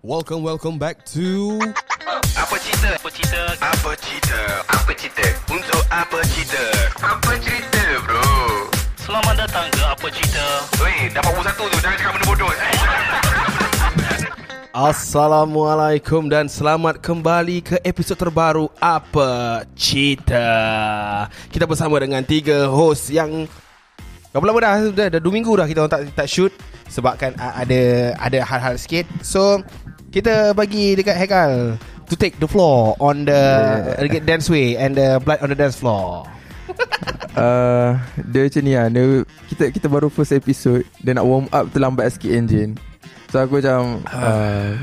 Welcome, welcome back to Apa cerita? Apa cerita? Apa cerita? Apa cerita? Untuk apa cerita? Apa cerita bro? Selamat datang ke Apa Cerita Weh, dapat buku satu tu. Jangan cakap benda bodoh. Eh? Assalamualaikum dan selamat kembali ke episod terbaru Apa Cita. Kita bersama dengan tiga host yang Berapa lama dah? Dah, dah 2 minggu dah kita orang tak tak shoot sebabkan uh, ada ada hal-hal sikit. So kita bagi dekat Hekal to take the floor on the yeah. dance way and the blood on the dance floor. Uh, dia macam ni lah dia, kita, kita baru first episode Dia nak warm up terlambat sikit engine So aku macam uh,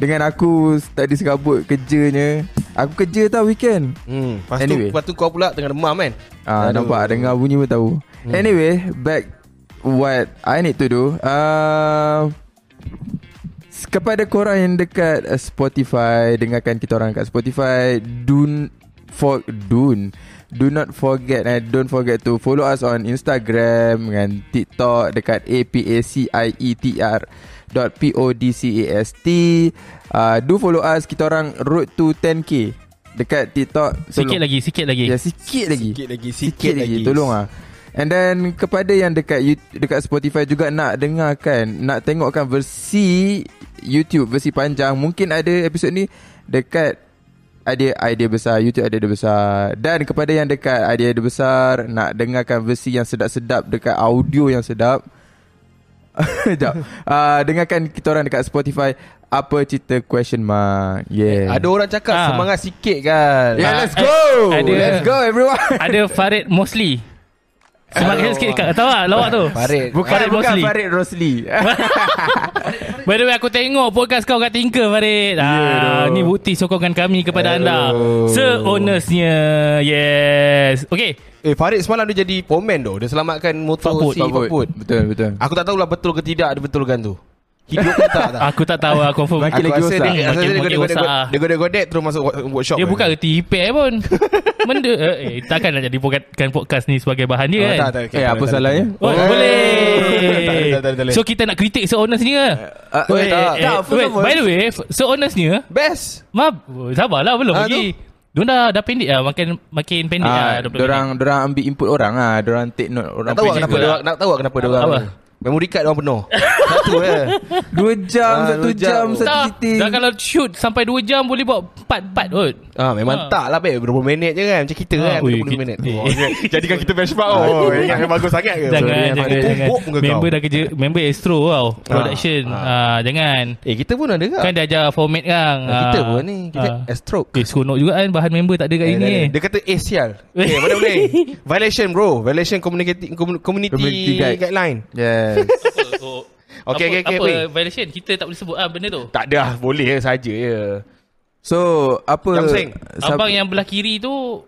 Dengan aku tadi sekabut kerjanya Aku kerja tau weekend Hmm, lepas tu Anyway. lepas tu kau pula tengah demam kan? Ah, Aduh. nampak dengar bunyi pun tahu. Hmm. Anyway, back what I need to do. Uh, s- kepada korang yang dekat uh, Spotify, dengarkan kita orang kat Spotify. Do for do do not forget and don't forget to follow us on Instagram and TikTok dekat APACIETR E dot podcast uh, do follow us kita orang road to 10k dekat TikTok Sikit Tolong- lagi, sikit lagi Ya sikit lagi Sikit lagi, sikit Sikit lagi lagi. Tolong lah And then kepada yang dekat Yout- dekat Spotify juga nak dengarkan, nak tengokkan versi YouTube, versi panjang. Mungkin ada episod ni dekat idea idea besar, YouTube idea besar. Dan kepada yang dekat idea idea besar nak dengarkan versi yang sedap-sedap dekat audio yang sedap. Jap. Uh, dengarkan kita orang dekat Spotify apa cerita question mark. Yeah. Ada orang cakap Ah. semangat sikit kan. Yeah, Ah, let's go. eh, ada- Let's go everyone. Ada Farid Mosley Semangat sikit kat Tahu tak lawak tu Farid. Bukan Farid bukan Rosli. Farid Rosli. By the way aku tengok podcast kau kat Tinker Ya, Farid ah, doh. Ni bukti sokongan kami kepada anda Aduh. Se-honestnya Yes Okay Eh Farid semalam dia jadi pomen tu Dia selamatkan motor Fakput, si Fakput Betul betul. Ah, Aku tak tahulah betul ke tidak dia betulkan tu Hidup ke tak tak Aku tak tahu lah confirm Makin Aku lagi rasa rosak. dia, aku rasa dia Makin- makin godek-godek- rosak ah. Dia godek-godek terus masuk wo- workshop Dia kan. bukan reti ipek pun Benda eh, eh, Takkan nak jadi podcast, podcast ni sebagai bahan dia Oh, kan tak, tak, okay, Eh, tak, apa tak, tak, salahnya? tak. Oh, Eh, boleh. tak, tak, tak, tak, tak. So kita nak kritik se-honestnya ke? Uh, eh, tak. eh, first wait, of all- by the way, f- se-honestnya, Best Mab, sabarlah belum Ah, lagi. Diorang dah, dah pendek lah, makin, makin pendek Ah, lah. dorang dorang ambil input orang ah, dorang take note orang. Nak tahu lah tak puji kenapa juga. dia Nak tahu tak kenapa dia Apa? orang Memory card dia orang penuh Satu eh 2 jam, Ah, satu dua jam. jam, satu Tak, sitting. dah kalau shoot sampai 2 jam boleh buat part-part kot. Ah memang Ah. tak lah babe 20 minit je kan Macam kita Ah, kan 20 ui, kita- minit eh. Oh, okay. Jadikan kita benchmark Oh ingat yang bagus sangat ke Jangan, Sorry, jangan, aku jangan. Ya, pupuk muka kau. Member dah kerja, member Astro tau, production. ah. Ah, jangan. Eh kita pun ada Kan kan dia ajar format kan. Kita Ah, pun ni Kita ah. stroke Eh, seronok juga kan bahan member tak ada kat Eh, ini. dah ada. Dia kata eh sial Okay mana boleh Violation bro Violation community commu- Community, Community guide. guideline Yes. Okay, okay, okay, Apa wait. violation? Kita tak boleh sebut ah benda tu. Tak ada lah Boleh saja ya So, apa Jam sing. sab- Abang yang belah kiri tu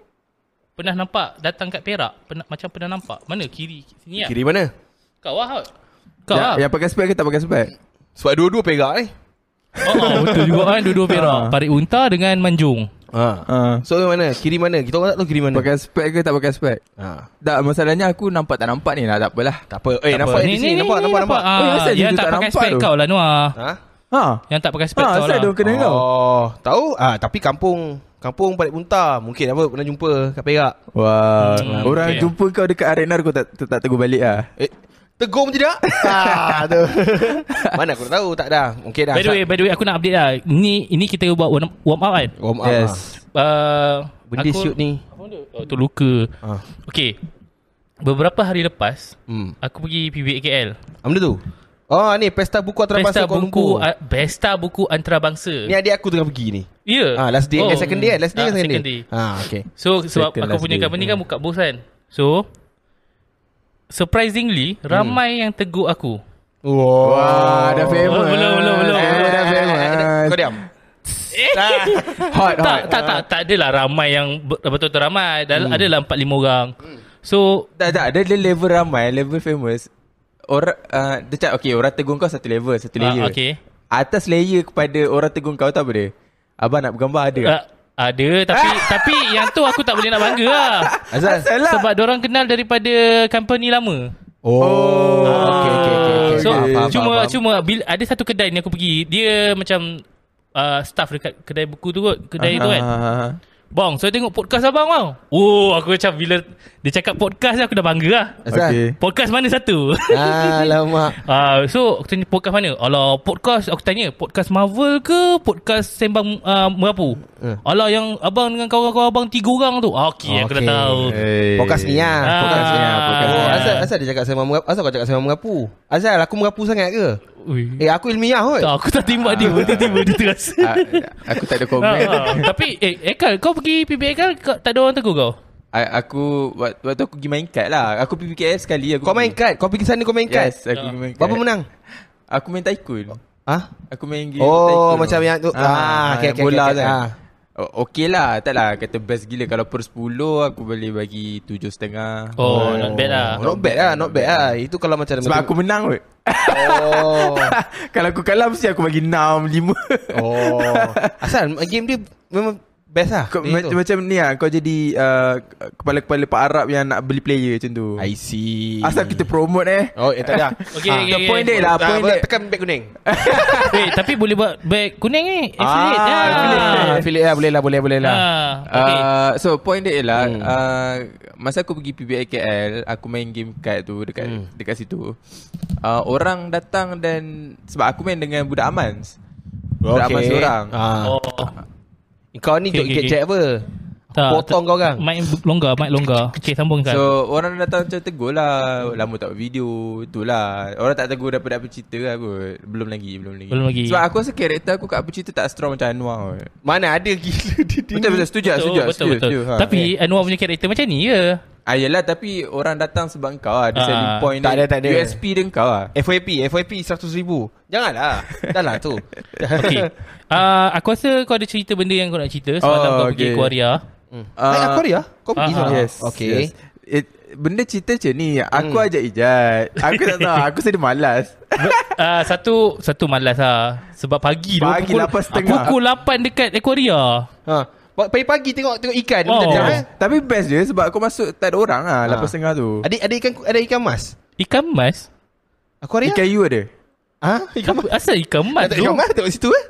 pernah nampak datang kat Perak, pernah, macam pernah nampak. Mana kiri? Sini ah. Kiri mana Kau lah kot. Ya, Kau yang, lah yang pakai spek ke tak pakai spek? Sebab dua-dua eh. perak ni oh, oh, Betul juga kan Dua-dua Perak Ah. Parit Unta dengan Manjung ha. Ah. So mana Kiri mana Kita orang tak tahu kiri mana Pakai spek ke tak pakai spek? ha. Tak, masalahnya aku nampak tak nampak ni lah, tak apalah. Tak apa Eh nampak ni, ni, Nampak nampak nampak, ya, Ah, Oh, asal dia Yang tu tak tak pakai nampak spek tu? kau lah Noah Ha Ha. Yang tak pakai Ah, spek Ha, kau asal lah dia kena kau. Oh Tahu ah, Tapi kampung Kampung Balik Punta Mungkin apa Pernah jumpa Kat Perak Wah, Hmm, orang okay. jumpa kau dekat arena kau tak tak, tak tegur balik ah. Eh Tegur pun tidak ah, tu. Mana aku tak tahu ya, Tak ada Mungkin dah By the way, by the way, aku nak update lah. Ni ini kita buat warm, warm up kan. Warm up lah. Yes. yes. Uh, Benda shoot ni Apa benda? Oh, tu luka. Ah. Okay. Beberapa hari lepas, Hmm. aku pergi PBKL. Ah, benda tu? Oh ni pesta buku antarabangsa Pesta Kuala buku, Lumpur. uh, Pesta buku antarabangsa. Ni adik aku tengah pergi ni. Ya. Ah last day, oh, second day, eh? last day, ah, second, second day. day. Ah okey. So sebab aku Second last punya day. Hmm. company kan buka booth kan. So surprisingly Hmm. ramai yang tegur aku. Wow. Wah, dah famous. oh. Belum, belum, belum. Eh, dah famous. Kau diam. Hot, hot. Tak tak tak tak adalah ramai yang ber- betul-betul ramai. Hmm. Dal- Adalah 4 5 orang. So Tak tak Dia, dia level ramai Level famous Orang uh, Dia cakap Okay orang tegur kau satu level Satu layer Ah, okey. Atas layer kepada Orang tegur kau tak apa dia Abang nak bergambar ada tak? ah, ada tapi tapi yang tu aku tak boleh nak bangga lah. Azal. Asal lah Sebab orang kenal daripada company lama. Oh. okey, okey, okey, okey. So Faham, faham, cuma faham. cuma bila ada satu kedai ni aku pergi, dia macam uh, staff dekat kedai buku tu kot, kedai tu kan. Ah, Bang, saya tengok podcast abang tau. Oh, aku macam bila dia cakap podcast aku dah bangga lah. Asal? Okay. Podcast mana satu? Alamak Ah, uh, so aku tanya podcast mana? Alah, podcast aku tanya, podcast Marvel ke podcast Sembang uh, Merapu? Eh. Alah yang abang dengan kawan-kawan abang tiga orang tu. Ah, okey, okay. aku dah Okey. tahu. Hey. Pokas ni lah Ah. Pokas ni lah Pokas ni Oh, lah. Asal, asal- asal dia cakap saya mengapu Asal kau cakap saya mengapu Asal aku mengapu sangat ke Ui. Eh aku ilmiah kot Tak, aku tak tembak dia Tiba-tiba dia terasa Ah, aku tak ada oh, Ah, komen. ah. Tapi eh, Ekal kau pergi PB Ekal kau, Tak ada orang tegur kau I, aku wak- waktu aku pergi main kad lah. Aku pergi PKF sekali Kau aku. main pergi. kad Kau pergi sana kau main kad Yes, aku pergi main kad. Berapa menang Aku main tycoon. Ha? Aku main game Oh, macam yang tu. Ah, okay, yang okay, bola okay, okay. kan. Ah. O- Okey lah Tak lah Kata best gila Kalau per 10 Aku boleh bagi 7.5 oh. Oh, not bad lah Not bad lah Not bad lah Itu kalau macam Sebab aku menang kot Oh Kalau aku kalah Mesti aku bagi 6 5 Oh Asal game dia Memang best lah Kau, dia ma- tu. macam ni lah Kau jadi uh, Kepala-kepala Pak Arab Yang nak beli player macam tu I see Asal kita promote eh Oh eh tak ada Okay, Ah. okay, The okay. point dia lah Tak, Point apa, dia Tekan beg kuning Eh. Weh, tapi boleh buat bag kuning ni Affiliate Ah, ya, ah, affiliate. Ah, Affiliate lah Boleh lah Boleh boleh lah ah, okay. Uh, so point dia ialah Hmm. hmm. uh, masa aku pergi PBIKL aku main game card tu dekat Hmm. hmm. dekat situ. Uh, orang datang dan sebab aku main dengan budak Amans. Budak Amans orang. ah. Oh, Kau ni Okay, duk okay, get okay. jack apa tak, Potong kau kan? orang Mic longgar, mic longgar. Okey, sambung kan. So, So orang datang macam tegur lah Lama tak buat video Itulah Orang tak tegur daripada apa cerita lah kot Belum lagi Belum lagi Belum lagi. Sebab aku rasa karakter aku kat apa cerita tak strong macam Anwar kot Mana ada gila dia dia Betul ya, betul setuju lah, setuju lah, betul, setuju, betul. setuju, ha. Tapi Anwar punya karakter macam ni ya. Ah yelah tapi orang datang sebab kau lah Ada Ah, selling point tak dia. ada, tak ada. USP dia kau lah FYP FYP 100 ribu Janganlah Dah lah tu Okey. Ah, aku rasa kau ada cerita benda yang kau nak cerita semalam kau Oh, pergi okey. Aquaria. hmm. uh, Ah. Aku ada Kau pergi Ah, sana ah. Yes. Okay Yes. It, benda cerita macam ni. Aku Hmm. ajak Ijat. Aku tak tahu. Aku sedia malas. Ah, satu satu malas ah sebab pagi tu Pagi pukul 8.30. Pukul 8 dekat eh, Aquaria. ha. Pagi-pagi tengok tengok ikan Oh. macam mana. Tapi best je sebab kau masuk tak ada orang lah. Ah. Lepas tengah tu. Ada ada ikan ada ikan mas. Ikan mas? Aquaria? Ikan you E ada? ha? Ikan mas. Apa- Asal ikan mas Ada tu? ikan mas tengok situ eh.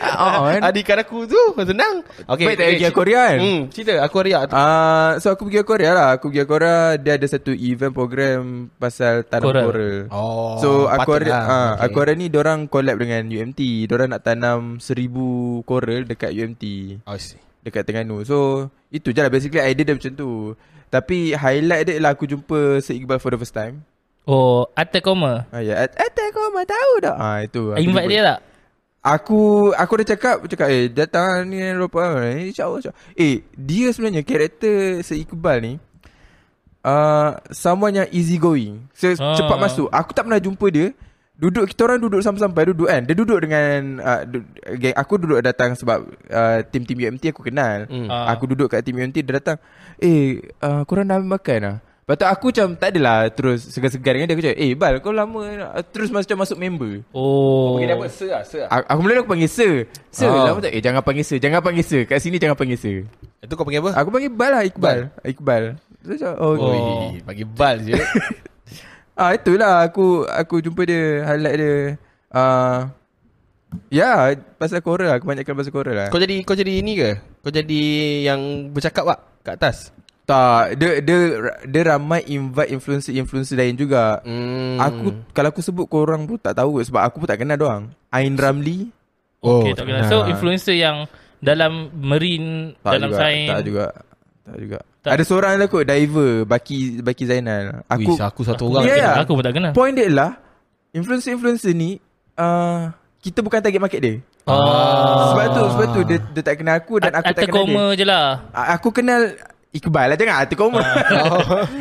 Ah, Ah, ada ikan aku tu Tenang okay, Baik tak pergi Aquaria kan? hmm, Cerita Aquaria tu Ah, so aku pergi Korea lah. Aku pergi Korea dia ada satu event program pasal tanam Coral. coral. Oh, so aku patutlah. Korea, ha, Okay. aku Korea ni orang collab dengan UMT. Orang nak tanam seribu coral dekat UMT. Oh, I see dekat Terengganu. So, itu je lah basically idea dia macam tu. Tapi highlight dia ialah aku jumpa Syed Iqbal for the first time. Oh, Atta Koma. Ah ya, yeah. eh kau mah tahu dah. Ah itu. Aku Invite jumpa. dia tak? Aku aku dah cakap cakap eh datang ni lupa eh insya-Allah. insya-Allah." Eh dia sebenarnya karakter Syed Iqbal ni uh, someone yang easy going. So Ah. cepat masuk. Aku tak pernah jumpa dia. Duduk kita orang duduk sampai-sampai duduk kan. Dia duduk dengan uh, du- geng aku duduk datang sebab uh, tim-tim UMT aku kenal. Hmm. Ah. Aku duduk kat tim UMT dia datang. Eh uh, korang dah ambil makan ah. Lepas tu aku macam tak adalah terus segan-segan dengan dia aku cakap, "Eh Bal kau lama nak-" terus macam masuk member." Oh. sir lah Sir Aku, aku mula aku panggil sir. Sir, Oh. oh. lama tak? Eh, jangan panggil sir. Jangan panggil sir. Kat sini jangan panggil sir. Itu kau panggil apa? Aku panggil Bal lah, Iqbal. Iqbal. Terus macam, oh. Oh. oh. Oi, Panggil bal je Ah, itulah aku aku jumpa dia, highlight dia. Ah, ya, pasal koral lah. Kebanyakan pasal koral lah. Kau jadi kau jadi ni ke? Kau jadi yang bercakap wak kat atas. tak, dia, dia, dia ramai invite influencer-influencer lain juga. Hmm. Aku, kalau aku sebut korang pun tak tahu kot sebab aku pun tak kenal doang. Ain Ramli. oh, Okay, tak kenal. So, Ah. influencer yang dalam marine, Tak dalam juga, sains. Tak juga. Tak juga. Tak. Ada seorang lah kot, diver. Baki, Baki Zainal. aku Wih, Aku, aku satu Aku orang. Ya, tak ya. kenal, Aku pun tak kenal. Point dia lah Influencer-influencer ni uh, Kita bukan target market dia Ah. Sebab tu Sebab tu dia, dia tak kenal aku Dan aku Atta tak kenal Koma dia je lah. A- Aku kenal Iqbal lah Jangan Atuk Ah. Koma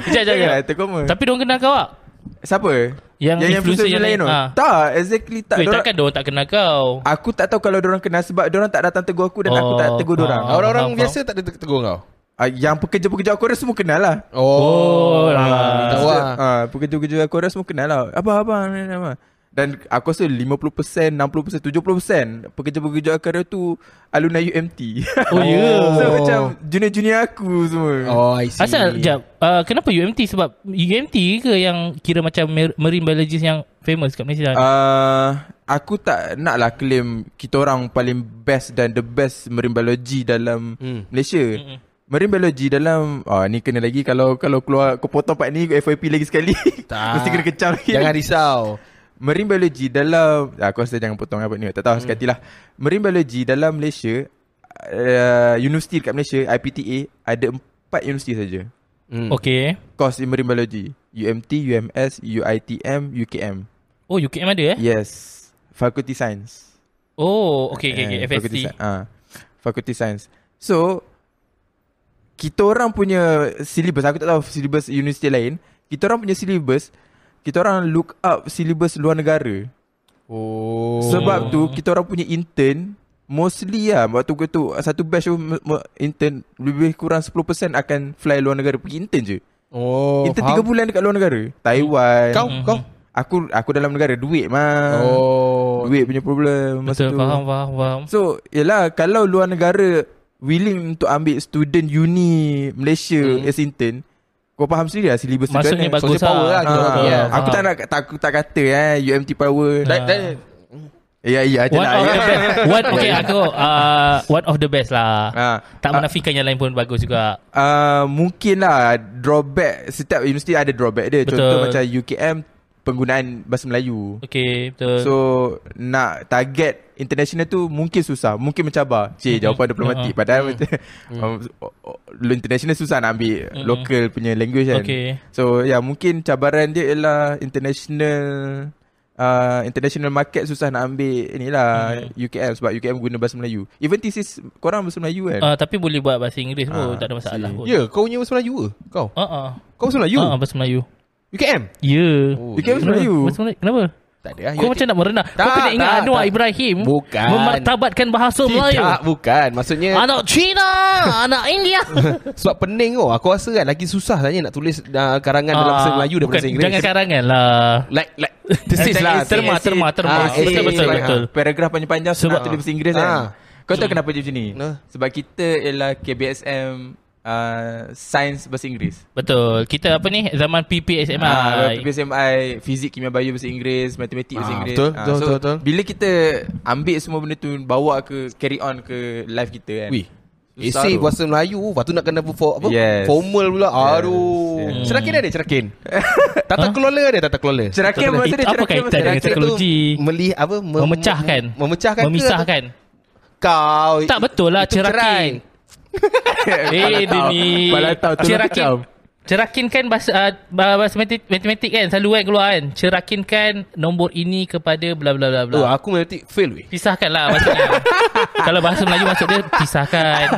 Sekejap, Jangan lah. sekejap. Atuk Koma Tapi diorang kenal kau ah? tak? Siapa? Yang influencer yang lain, tu? ah. Tak Exactly tak Weh, dorang, takkan diorang tak kenal kau. Aku tak tahu kalau orang kenal Sebab orang tak datang tegur aku Dan aku tak Oh, tegur orang ah. Orang-orang Faham, biasa tak ada te- tegur kau. Yang pekerja-pekerja aku orang semua kenal lah Oh. ah. tak tahu lah. Ah, pekerja-pekerja aku orang semua kenal lah. Abang, abang, abang. Dan aku rasa 50%, 60%, 70% pekerja-pekerja akara tu alumni UMT. Oh, ya. so macam junior-junior aku semua. Oh, I see. Asal jap uh, Kenapa UMT Sebab UMT ke yang Kira macam mar- Marine biologist yang Famous kat Malaysia uh, Uh, aku tak nak lah claim kita orang paling best dan the best marine biology dalam Hmm. hmm. Malaysia. Hmm. Marine biology dalam ah ni kena lagi kalau kalau keluar kau potong part ni FYP lagi sekali. Tak. Mesti kena kecam lagi. Jangan risau. Marine biology dalam ah, aku rasa jangan potong apa ni. Tak tahu hmm. sekatilah. Marine biology dalam Malaysia uh, universiti dekat Malaysia IPTA ada empat universiti saja. Hmm. Um. Okay Course in marine biology UMT, UMS, UITM, UKM. Oh UKM ada eh yeah. Yes. Faculty Science. Oh okay, okay, okay. Eh, Faculty, FST Sci- ah, Faculty Science. So kita orang punya syllabus aku tak tahu syllabus universiti lain. Kita orang punya syllabus kita orang look up syllabus luar negara. Oh. Oh. Sebab tu kita orang punya intern mostly lah waktu tu satu batch tu m- m- intern lebih kurang 10% akan fly luar negara pergi intern je. Oh. Oh, intern faham. 3 bulan dekat luar negara. Taiwan. Kau kau. Aku aku dalam negara duit mah. Oh. Duit punya problem masa Betul tu. faham faham faham So yelah Kalau luar negara Willing untuk ambil Student uni Malaysia hmm. As intern Kau faham sendiri lah Syllabus tu Maksudnya macam mana. bagus Social power lah lah kita Ah, orang. yeah. Ya. Aku tak faham. nak tak, Aku tak kata eh, UMT power Ah. Dan, dan, Ya ya je One lah of the ya. best One okay aku uh, One of the best lah Ha. Tak Ah. menafikan yang lain pun bagus juga Uh, mungkin lah Drawback Setiap universiti ada drawback dia Betul. Contoh macam UKM Penggunaan bahasa Melayu Okay betul So Nak target International tu Mungkin susah Mungkin mencabar Mm-hmm. Cik jawapan diplomatik Mm-mm. Padahal macam Mm-hmm. mm. International susah nak ambil Mm-mm. Local punya language kan Mm-hmm. Okay. So ya yeah, mungkin cabaran dia ialah International uh, International market susah nak ambil Inilah Mm-hmm. UKM Sebab UKM guna bahasa Melayu Even thesis Korang bahasa Melayu kan uh, Tapi boleh buat bahasa Inggeris pun Ah, Tak ada masalah see. pun ya, kau punya bahasa Melayu ke? Kau. Ah, ah. Kau bahasa Melayu? Ah, ah, bahasa Melayu UKM? Ya Oh, You can- Kenapa? Melayu. Bahasa Melayu Kenapa? tak ada. Kau macam nak merendah ya, Kau Tak, kena ingat tak, Anwar tak. Ibrahim Bukan. Memartabatkan bahasa Melayu Ah, Tidak, bukan. Maksudnya Anak Cina Anak India sebab pening kau. Aku rasa kan lagi susah tanya nak tulis uh, karangan dalam bahasa Ah, Melayu daripada bukan, bahasa Inggeris. Jangan karangan lah like like this is Macam lah. essay, terma, essay. terma, terma. Ah, Betul, essay, betul, betul. Paragraf panjang-panjang Sebab- Sebab tulis bahasa Inggeris kan Ah. Kau tahu kenapa dia macam ni? Nah. Sebab kita ialah KBSM uh, Sains bahasa Inggeris Betul Kita apa ni Zaman PPSMI Ah, PPSMI Fizik, Kimia, Bio bahasa Inggeris Matematik bahasa Ah, Inggeris betul, betul, betul, betul. Bila kita ambil semua benda tu Bawa ke carry on ke life kita kan Wih. Susah Essay tu. bahasa Melayu Lepas tu nak kena for, apa? Yes. Formal pula Aduh yes. Hmm. Cerakin ada cerakin Tata kelola ada tata kelola Cerakin Betul, masa betul. dia Apa cerakin kaitan dengan cerakin. cerakin? teknologi. melih, apa, mem- Memecahkan mem- Memecahkan ke Memisahkan atau Kau Tak betul lah Itu Cerakin Kepala Eh dia tahu. ni Kepala tahu Tolong Cerakin kecam Cerakin kan bahasa, uh, bahasa matematik, matematik kan Selalu kan keluar kan Cerakin kan Nombor ini kepada Bla bla bla bla Oh, aku mesti fail weh Pisahkan lah maksudnya Kalau bahasa Melayu maksud dia Pisahkan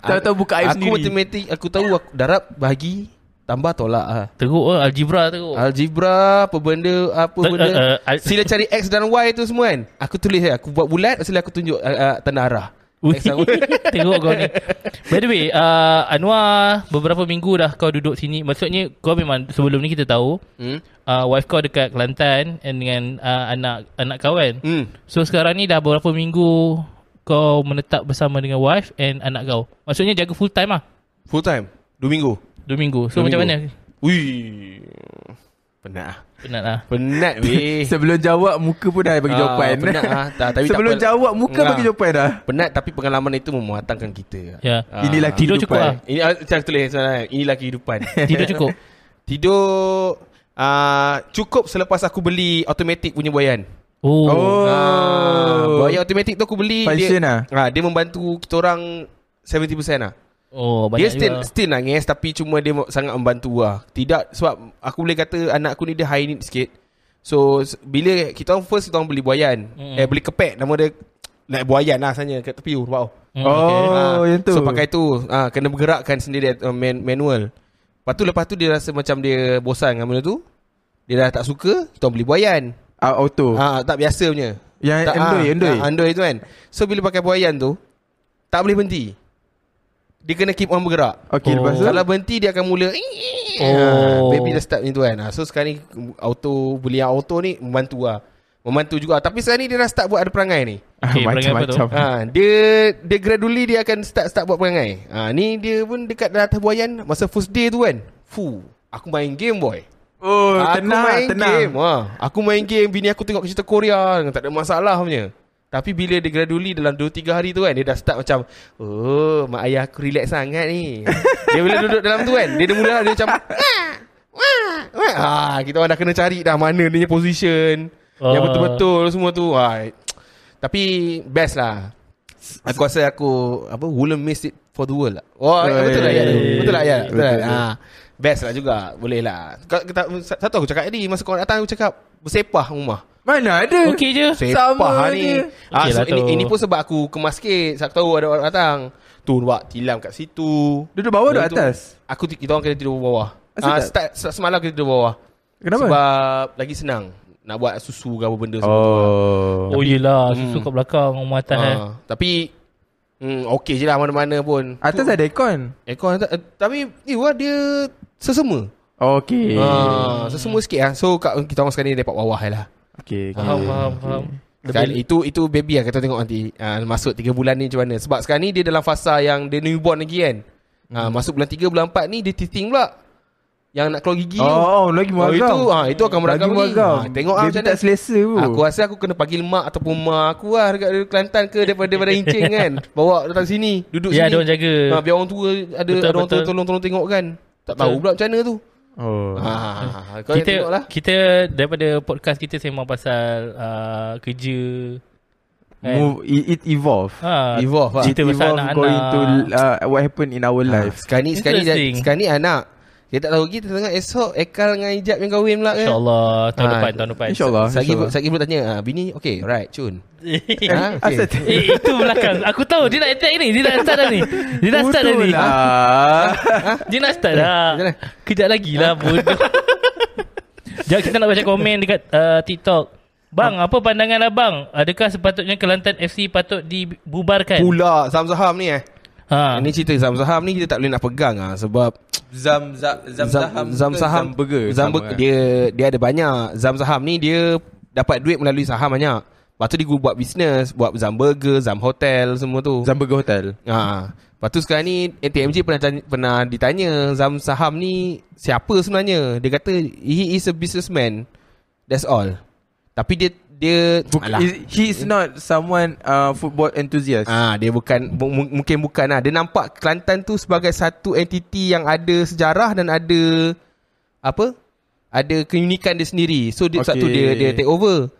Tahu-tahu buka air Aku sendiri matematik Aku tahu aku darab Bahagi Tambah tolak ah. Teruk lah Algebra teruk Algebra Apa benda Apa Eh, benda eh, eh, al- Sila cari X dan Y tu semua kan Aku tulis eh. Aku buat bulat Sila aku tunjuk uh, uh, Tanda arah X dan Y Teruk kau ni By the way uh, Anwar Beberapa minggu dah kau duduk sini Maksudnya kau memang Sebelum ni kita tahu Hmm. uh, Wife kau dekat Kelantan And dengan uh, anak anak kawan Hmm. So sekarang ni dah berapa minggu Kau menetap bersama dengan wife And anak kau Maksudnya jaga full time lah Full time Dua minggu Dua minggu So Dua macam minggu. mana Ui Penat ah. Penat lah Penat weh Sebelum jawab Muka pun dah bagi Ah, jawapan penat ah. Tak, tapi tak Sebelum apa. jawab Muka Ah. bagi jawapan dah Penat tapi pengalaman itu memuatangkan kita Ya. Ah. Inilah Tidur cukup kehidupan. lah Ini ah, saya tulis sebenarnya Inilah kehidupan Tidur cukup Tidur uh, Cukup selepas aku beli Automatic punya buayan Oh, oh. Oh Ah, Buayan automatic tu aku beli Function dia, ah? ah, Dia membantu kita orang 70% lah Oh, Dia banyak still juga. still nangis Tapi cuma dia mo- sangat membantu lah Tidak Sebab aku boleh kata Anak aku ni dia high need sikit So s- Bila kita orang first Kita orang beli buayan Mm. Eh beli kepek Nama dia Like buayan lah asalnya Kat tepi wow. Hmm, okay. Oh yang tu Ah, So pakai tu ah, Kena bergerakkan sendiri uh, man, Manual Lepas tu lepas tu Dia rasa macam dia Bosan dengan benda tu Dia dah tak suka Kita orang beli buayan Ah, Auto ah, Tak biasa punya tak, Yang endoi, ah, endoi. ah, Endoi tu kan So bila pakai buayan tu Tak boleh berhenti Dia kena keep on bergerak Okay, Oh. lepas tu Kalau berhenti dia akan mula Oh. oh. Baby dah start macam tu kan Ah, So sekarang ni Auto Beli yang auto ni Membantu lah Membantu juga Tapi sekarang ni dia dah start buat Ada perangai ni Okay, Ah, Macam-macam Ah. ha, Dia Dia gradually Dia akan start Start buat perangai ha, Ni dia pun Dekat atas buayan Masa first day tu kan Fuh Aku main game boy Oh Aku tenang main tenang. game ha. Aku main game Bini aku tengok cerita Korea Tak ada masalah punya Tapi bila dia gradually Dalam 2-3 hari tu kan Dia dah start macam Oh Mak ayah aku relax sangat ni Dia bila duduk dalam tu kan Dia dah mula Dia macam ha, Kita orang dah kena cari dah Mana dia punya position uh. Yang Ah. betul-betul Semua tu ha. Tapi Best lah Aku rasa aku apa wouldn't miss it for the world lah. Oh, Oi. betul lah ya. Betul lah ya. Betul lah. Betul, Ha. Best lah juga. Boleh lah. Kau- Kita, satu aku cakap tadi masa kau datang aku cakap bersepah rumah. Mana ada Okey je. Sepah Sama ni. je. Ah, Okey so lah tu. ini, ini pun sebab aku kemas sikit. Sebab Aku tahu ada orang datang. Tu buat tilam kat situ. Duduk bawah duduk Lepas tu, atas Aku ti- kita orang kena tidur bawah. Asal Ah, tak? start, start semalam kita tidur bawah. Kenapa? Sebab lagi senang nak buat susu ke apa benda semua. Oh Oh yelah Susu kat belakang Rumah atas eh Hmm. Ah, tapi Hmm, okey je lah mana-mana pun Atas ada aircon Aircon tak, eh, Tapi ni wah dia sesama. Eh. Okey Ha, sesama sikit lah. So kat, kita orang sekarang ni dapat bawah je lah. Okey okey. Faham faham faham Kan, itu itu baby lah kita tengok nanti. Ha, masuk 3 bulan ni macam mana. Sebab sekarang ni dia dalam fasa yang dia newborn lagi kan. Ha, Hmm. masuk bulan 3 bulan 4 ni dia teething pula. Yang nak keluar gigi tu. Oh, oh lagi Oh, muagam itu ah itu akan Lagi meragam lagi. muagam. Ha, tengok ah Dia macam tak selesa pun. Aku rasa aku kena panggil mak ataupun mak aku lah dekat Kelantan ke daripada daripada Incing kan. Bawa datang sini, duduk sini. Ya ada orang jaga Ha, biar orang tua ada betul, Betul, ada orang tua betul. tolong-tolong tengok kan. Tak Betul. tahu pula macam mana tu. Oh Ha, kau kita, Kita tengok lah. Kita Daripada podcast kita Sembang pasal uh, Kerja kan? Move, it, it evolve ha, eh. Evolve Ah. lah. Cerita pasal it evolve going to anak-anak uh, what happened in our Live. life Sekarang ni, sekarang ni, Interesting. sekarang ni anak. Dia tak tahu lagi tengah esok Ekal dengan Ijab yang kahwin pula kan. InsyaAllah Tahun Ah, depan Tahun depan InsyaAllah Sagi insyaAllah. sagi pun tanya, ah, bini okay, right, cun. Eh, ha, okay. Asal tak itu belakang Aku tahu Dia nak attack ni Dia nak start dah ni Dia nak start dah Betul ni lah Dia nak start dah Macam mana? Kejap lagi lah Bodoh Sekejap kita nak baca komen Dekat uh, TikTok Bang, Ah. apa pandangan abang? Adakah sepatutnya Kelantan FC patut dibubarkan? Pula saham-saham ni eh. Ha. Ini cerita saham-saham ni kita tak boleh nak pegang ah sebab Zam Zam zam saham Zam burger. dia dia ada banyak. Zam saham ni dia dapat duit melalui saham banyak. Lepas tu dia buat bisnes, buat zam burger, zam hotel semua tu. Zam Burger Hotel Ha. Lepas tu sekarang ni ATMJ pernah tanya, pernah ditanya Zam Saham ni siapa sebenarnya? Dia kata he is a businessman. That's all. Tapi dia dia Buk- alah. is, He is not someone uh, Football enthusiast Ah, dia bukan mu- mu- mungkin bukan lah. Dia nampak Kelantan tu sebagai satu entiti yang ada sejarah dan ada apa? Ada keunikan dia sendiri. So dia okay. satu Okey. dia dia take over.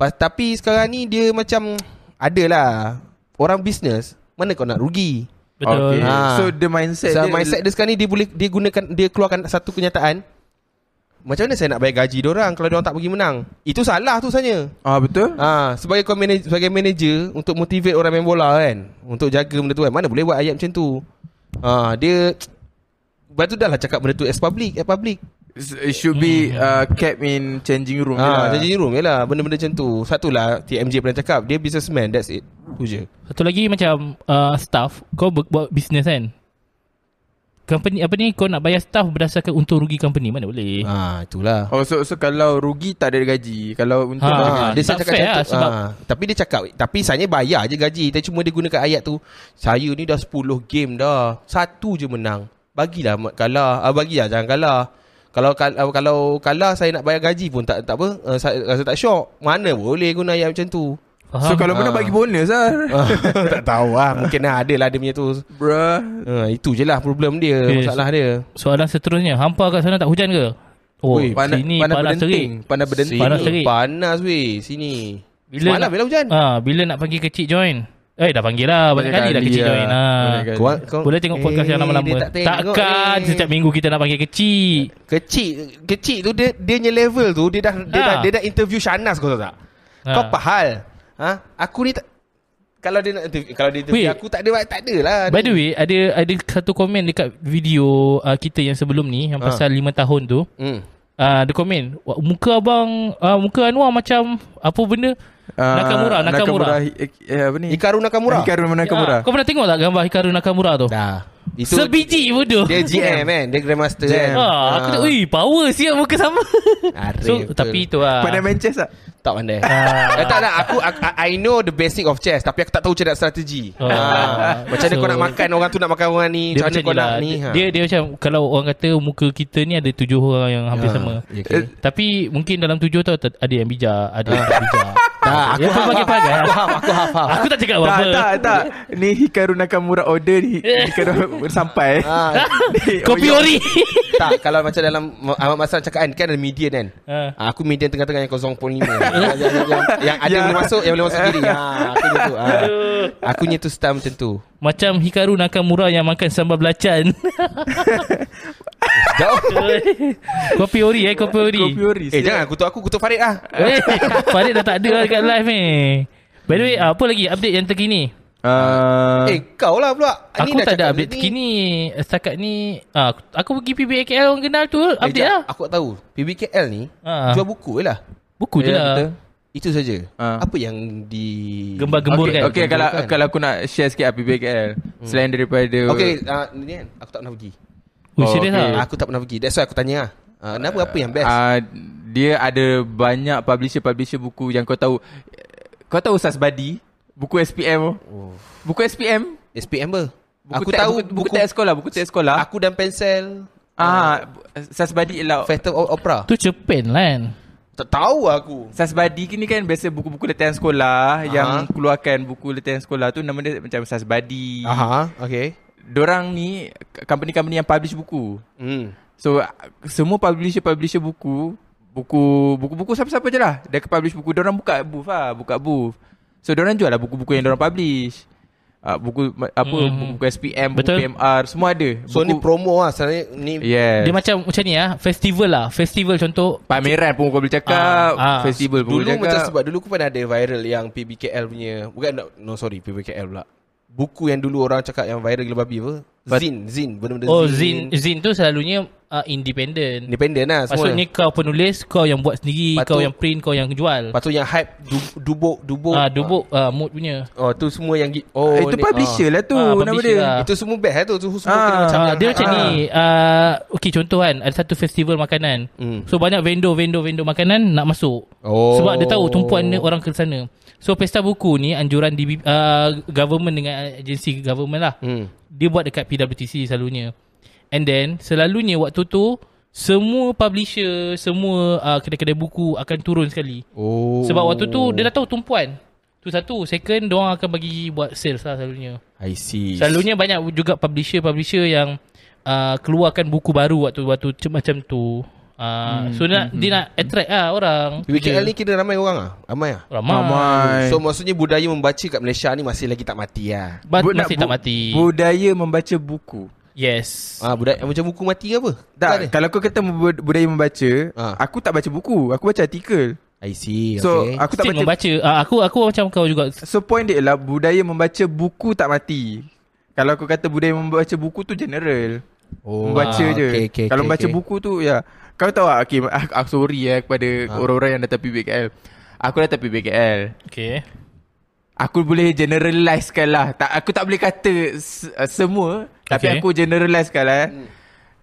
Pas, tapi sekarang ni dia macam adalah orang bisnes mana kau nak rugi. Betul. okay. Ha. So the mindset so, dia mindset dia sekarang ni dia boleh dia gunakan dia keluarkan satu kenyataan macam mana saya nak bayar gaji orang kalau orang tak pergi menang itu salah tu sebenarnya Ah betul ha, sebagai kau manage, sebagai manager untuk motivate orang main bola kan untuk jaga benda tu kan mana boleh buat ayat macam tu ha, dia Lepas tu dah lah cakap benda tu as public As public S- It should be Hmm. uh, kept in changing room je ha, lah. Jadi room je lah Benda-benda macam tu lah Satulah TMJ pernah cakap Dia businessman That's it Tu je Satu lagi macam uh, staff, kau ber- buat bisnes kan? Company apa ni kau nak bayar staff berdasarkan untung rugi company mana Eh. boleh. ha, Itulah Oh so, so kalau rugi tak ada gaji Kalau untuk Ha. ha. Ah, dia tak tak cakap fair fair lah sebab- ah, tapi dia cakap tapi saya bayar je gaji tapi cuma dia gunakan ayat tu saya ni dah 10 game dah satu je menang bagilah mat kalah ah, bagilah jangan kalah kalau kal- ah, kalau kalah saya nak bayar gaji pun tak tak apa ah, saya rasa tak syok mana boleh guna ayat macam tu Faham? So kalau menang Ha. bagi bonus lah Ah, tak tahu lah mungkin lah ada lah dia punya tu Bruh Ah, itu je lah problem dia Okay. masalah dia Soalan seterusnya, hampa kat sana tak hujan ke? Oh, Ui, panas, sini panas, terik. Pandai berdenting Panas Sini, terik. panas weh sini bila nak- Semalam bila hujan Ah, bila nak panggil kecil join? Eh dah panggil lah banyak, kali, dah kecil join. Ah. Banyak kali. Kau- kau- Boleh tengok podcast Eh, yang dia lama-lama. tak tengok, Takkan eh. setiap minggu kita nak panggil kecil. Kecil Kecil tu dia dia punya level tu dia dah dia, Ha. dah, dia dah interview Shanas kau tahu tak? Ha. Kau apa hal? Ha? Aku ni tak kalau dia nak interview, kalau dia interview Wait. aku tak ada tak ada lah. By the way, ada ada satu komen dekat video uh, kita yang sebelum ni yang Ah. pasal 5 tahun tu. Hmm. Ah, uh, dia komen "Wah, muka abang uh, muka Anwar macam apa benda Ah, Nakamura, Nakamura. Hi- eh, eh, Apa ni Ikaru Nakamura. Hikaru Nakamura Ya, Ah, kau pernah tengok tak gambar Hikaru Nakamura tu? Dah. Itu Sebiji pun tu Dia GM kan Dia Grandmaster kan GM. ah, Aku Ah. tu Ui power siap muka sama Arif So betul. tapi tu lah Pandai main chess tak? Tak pandai Ah. eh, Tak tak aku, aku I know the basic of chess Tapi aku tak tahu cara nak strategi Oh. ha. Macam mana So- kau nak makan Orang tu nak makan orang ni Macam dia mana macam kau ni nak lah ni ha. dia, dia macam Kalau orang kata Muka kita ni ada tujuh orang Yang hampir Ha. sama Okay. Tapi mungkin dalam tujuh tu Ada yang bijak Ada yang tak bijak Ha. Dah, aku Dia hafal. pelbagai-pelbagai lah. Aku hafal, aku hafal. Aku tak cakap Tak, apa-apa tak, tak. Ni Hikaru Nakamura order ni Hikaru sampai. Ha. Kopi Oh, ori tak, kalau macam dalam Ahmad Masal cakap kan, kan ada median kan. Ha. Ha. Aku median tengah-tengah yang 0.5. yang, yang, yang, yang ada Ya. boleh masuk, yang boleh masuk kiri. Ha, aku ni tu. Ha. Aku ni tu star macam tu. Macam Hikaru Nakamura Yang makan sambal belacan Jauh. Kopi ori eh Kopi ori Kopi ori. eh, jangan kutuk aku, kutuk Farid lah. Eh, Farid dah tak ada lah Dekat live ni By the way ah, Apa lagi update yang terkini Ah, Eh, kau lah pula. Ni Ha. Aku dah cakap tak ada update ni. terkini Setakat ni ah, aku- Aku pergi PBKL Orang kenal tu Eh, Update jap, lah Aku tak tahu. PBKL ni Ha. jual buku je lah. Buku je Ya, lah betul. Itu saja. Ha. Apa yang di Gembar-gembur kan okay, okay kalau Gemburkan. kalau aku nak share sikit lah PBKL selain daripada Okay, uh, ni kan aku tak pernah pergi. Ui, Oh, serius okay. lah Aku tak pernah pergi. That's why aku tanya lah. Uh, kenapa apa yang best? Uh, dia ada banyak publisher-publisher buku yang kau tahu kau tahu Sas Badi buku SPM oh. buku SPM SPM apa? buku aku tahu buku, buku, teks sekolah buku teks sekolah Aku dan pensel ah Sas Badi lah Phantom of Opera Tu cerpen lah kan Tak tahu aku Sasbadi ni kan biasa buku-buku latihan sekolah yang keluarkan buku latihan sekolah tu nama dia macam Sasbadi. Aha Okay Dorang ni k- company-company yang publish buku. hmm. So a- semua publisher-publisher buku, buku buku-buku siapa-siapa je lah. Dia ke publish buku, dorang buka booth lah, buka booth. So dorang jual lah buku-buku yang dorang publish. Uh, buku ma- apa Mhm. buku, buku SPM, buku Betul. PMR, semua ada. So buku, Ya, ni promo lah Sebenarnya ni Yes. Dia macam macam ni lah Festival lah Festival contoh pameran pun kau boleh cakap, Ah, ah. festival pun Dulu boleh macam cakap. sebab Dulu aku pernah ada viral Yang PBKL punya Bukan no, no sorry PBKL pula Buku yang dulu orang cakap Yang viral gila babi apa But- Zin Zin Benda-benda Oh Zin Zin tu selalunya uh, Independent Independent lah semua Maksudnya kau penulis Kau yang buat sendiri Lepas Kau tu- yang print Kau yang jual Lepas tu yang hype du- Dubuk Dubuk Ah, Dubuk ah, mood punya Oh tu semua yang gi- Oh itu ni- publisher lah tu Ah, nama publisher dia. lah. ah. Itu semua best lah tu Tu semua Ah, kena macam Ah, yang dia hype. macam ni ah, Okay contoh kan Ada satu festival makanan Hmm. So banyak vendor-vendor-vendor makanan Nak masuk Oh. Sebab dia tahu tumpuan dia orang ke sana So pesta buku ni Anjuran di ah, Government dengan Agensi government lah hmm. Dia buat dekat PWTC selalunya And then Selalunya waktu tu Semua publisher Semua ah, kedai-kedai buku Akan turun sekali Oh Sebab waktu tu Dia dah tahu tumpuan Tu satu Second Diorang akan bagi Buat sales lah selalunya I see Selalunya banyak juga publisher-publisher yang uh, keluarkan buku baru waktu-waktu c- macam tu. Uh, hmm, so dia nak dia nak attract lah orang. PBKL Dia- ni kira ramai orang ah, Ramai ah. ramai. Mamai. So maksudnya budaya membaca kat Malaysia ni masih lagi tak mati lah. But Bu- nak masih tak bu- mati. Budaya membaca buku. yes. Ah budaya macam buku mati ke apa? Tak, ada. kalau kau kata bu- budaya membaca, Ah. aku tak baca buku, aku baca artikel. I see. So, okay. aku tak Still baca, membaca. Uh, aku aku macam kau juga. So point dia ialah budaya membaca buku tak mati. Kalau kau kata budaya membaca buku tu general. oh, Membaca ah, je. okay, okay, Kalau okay, membaca okay. buku tu ya. Kau tahu tak okay, aku, aku sorry eh kepada Ha. orang-orang yang datang PBKL. Aku datang PBKL. Okay. Aku boleh generalisekan lah. Tak, aku tak boleh kata s- uh, semua. Tapi Okay. aku generalisekan lah. eh. Hmm.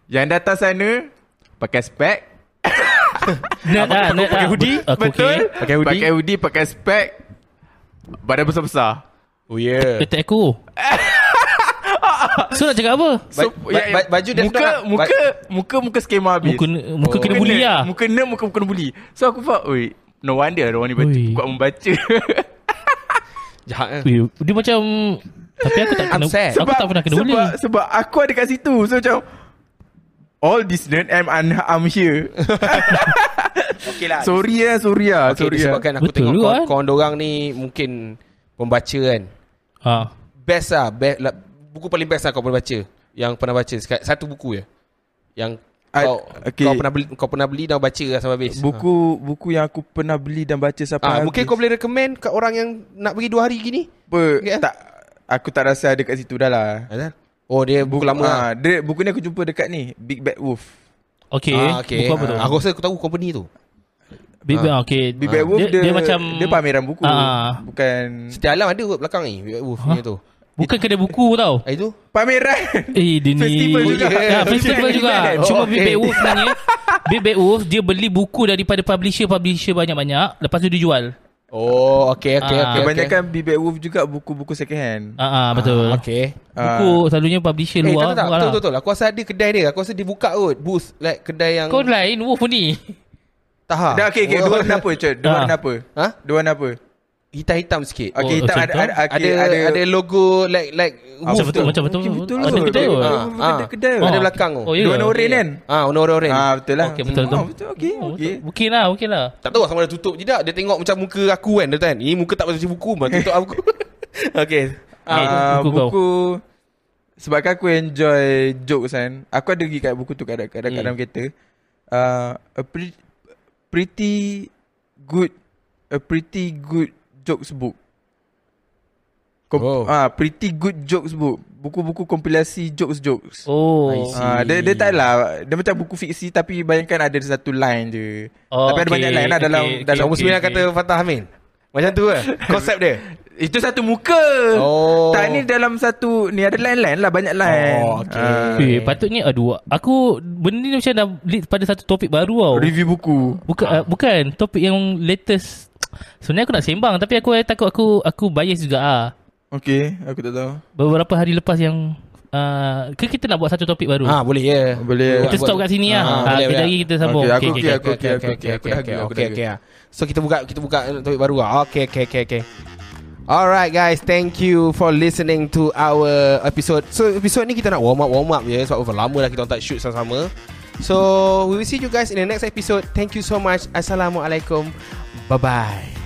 Yang datang sana pakai spek. Nerd lah, nerd pakai lah. hoodie. Aku okay. Betul. Pakai hoodie. Pakai hoodie, pakai spek. Badan besar-besar. Oh yeah. Attack aku. so nak cakap apa? So, Ba- ya, ba- ba- baju dia muka, sedap tak? muka, muka, muka, muka skema habis. Muka muka Oh. kena bully nerd, lah. Muka nerd, muka kena bully. So aku faham, oi, no wonder lah orang ni baca, Ui. kuat membaca. Jahat kan. Ui, Dia macam tapi aku tak kena Upset. aku tak pernah kena sebab, bully. Sebab aku ada kat situ. So macam, all this nerd, I'm, I'm, I'm here. Okay lah. So, sorry lah, sorry lah. okay, sorry lah. disebabkan aku Betul tengok juga, kawan, kan? kawan dorang ni mungkin membaca kan. Ah. Best lah. Best, lah. Buku paling best lah kau pernah baca. Yang pernah baca. Sekat- Satu buku je. Yang I- kau, okay. kau pernah beli, kau pernah beli dan baca lah sampai habis. Buku buku yang aku pernah beli dan baca sampai Ah, mungkin habis. kau boleh recommend kat orang yang nak pergi dua hari gini. apa, Ya. tak, aku tak rasa ada kat situ dah lah. Azhar? Oh dia buku, lama lah. Ah, dia, buku ni aku jumpa dekat ni, Big Bad Wolf. Okay. Ah, okay. Buku apa tu? Ah, Aku ah. rasa aku tahu company tu. Big Bang okay. Big Bad Wolf dia, Ah. dia macam dia pameran buku. Ah. Bukan Setiap alam ada kot belakang ni Big Bad Wolf punya tu. Bukan kedai buku tau. Eh, Itu Pameran. Eh, dia ni. Festival juga. Ya, festival Okay. juga. Oh, Cuma okay. okay. Big Bad Wolf sebenarnya. Big Bad Wolf, dia beli buku daripada publisher-publisher banyak-banyak. Lepas tu dia jual. Oh okay okay Ah. okay Kebanyakan okay. Bebek Wolf juga buku-buku second hand. Ah, ah betul. okay. okay. Buku selalunya publisher Eh tak luar. tak tak bukan Betul lah. betul betul Aku rasa ada kedai dia Aku rasa dia buka kot Booth Like kedai yang Kau lain Wolf ni. Taha Oh. Dah okey okey dua warna apa Cun? Dua Ah. warna apa? Ha? Dua warna apa? Hitam-hitam sikit Oh, Okey hitam macam tu? ada ada, ada Ah, okey, ada ada logo like like Ah, Macam wolf betul, tu. macam betul. Okey, betul. Ada kedai kot. Ah, Ah, Ada kedai. Ada Oh. belakang tu. Oh, ya. Dua warna oren kan? Ah, warna oren. Ah betul lah. Okey, betul, Ah, betul. betul. Okey Oh, okey. betul. Okey lah, okey lah. Tak tahu lah sama ada tutup je tak. Dia tengok macam muka aku kan. Dia tanya, ni muka tak macam buku. Mana tutup aku. okay. Eh, Ah, buku kau. buku sebab kan aku enjoy jokes kan. Aku ada pergi kat buku tu kat, kat, Hmm. kat dalam kereta. Ah, a pre- pretty good a pretty good jokes book. Kom- Oh. ah, pretty good jokes book. Buku-buku kompilasi jokes-jokes. Oh. I see. Ah, dia, dia tak lah Dia macam buku fiksi Tapi bayangkan ada satu line je oh, Oh, Tapi ada okey, banyak line lah Dalam, okey, dalam Nombor okey, sembilan okey. kata Fatah Amin. Macam tu lah. Konsep dia. Itu satu muka Oh. Tak ni dalam satu Ni ada line-line lah Banyak line Oh, okey. Ah, Eh, patutnya aduh. Aku benda ni macam dah lead pada satu topik baru tau. Ah, Review buku Bukan uh, bukan topik yang latest. Sebenarnya aku nak sembang tapi aku eh, takut aku aku bias juga ah. Okay Aku tak tahu Beberapa hari lepas yang uh, ke kita nak buat satu topik baru. Ah, boleh ya. Boleh. Buat- kita buat- stop kat sini Ah, ah. Ah, boleh, Kita boleh. lagi kita sambung. Okey, Okey, aku okey, okey, okey. Okey, okey, okey, okey, okey, Aku dah okey, agree, okey, aku dah agree. okey, ah. So kita buka kita buka topik baru ah. Okay, okay, okay, okay. Alright guys, thank you for listening to our episode. So episode ni kita nak warm up warm up ya sebab lama dah kita orang tak shoot sama-sama. So we will see you guys in the next episode. Thank you so much. Assalamualaikum. Bye bye.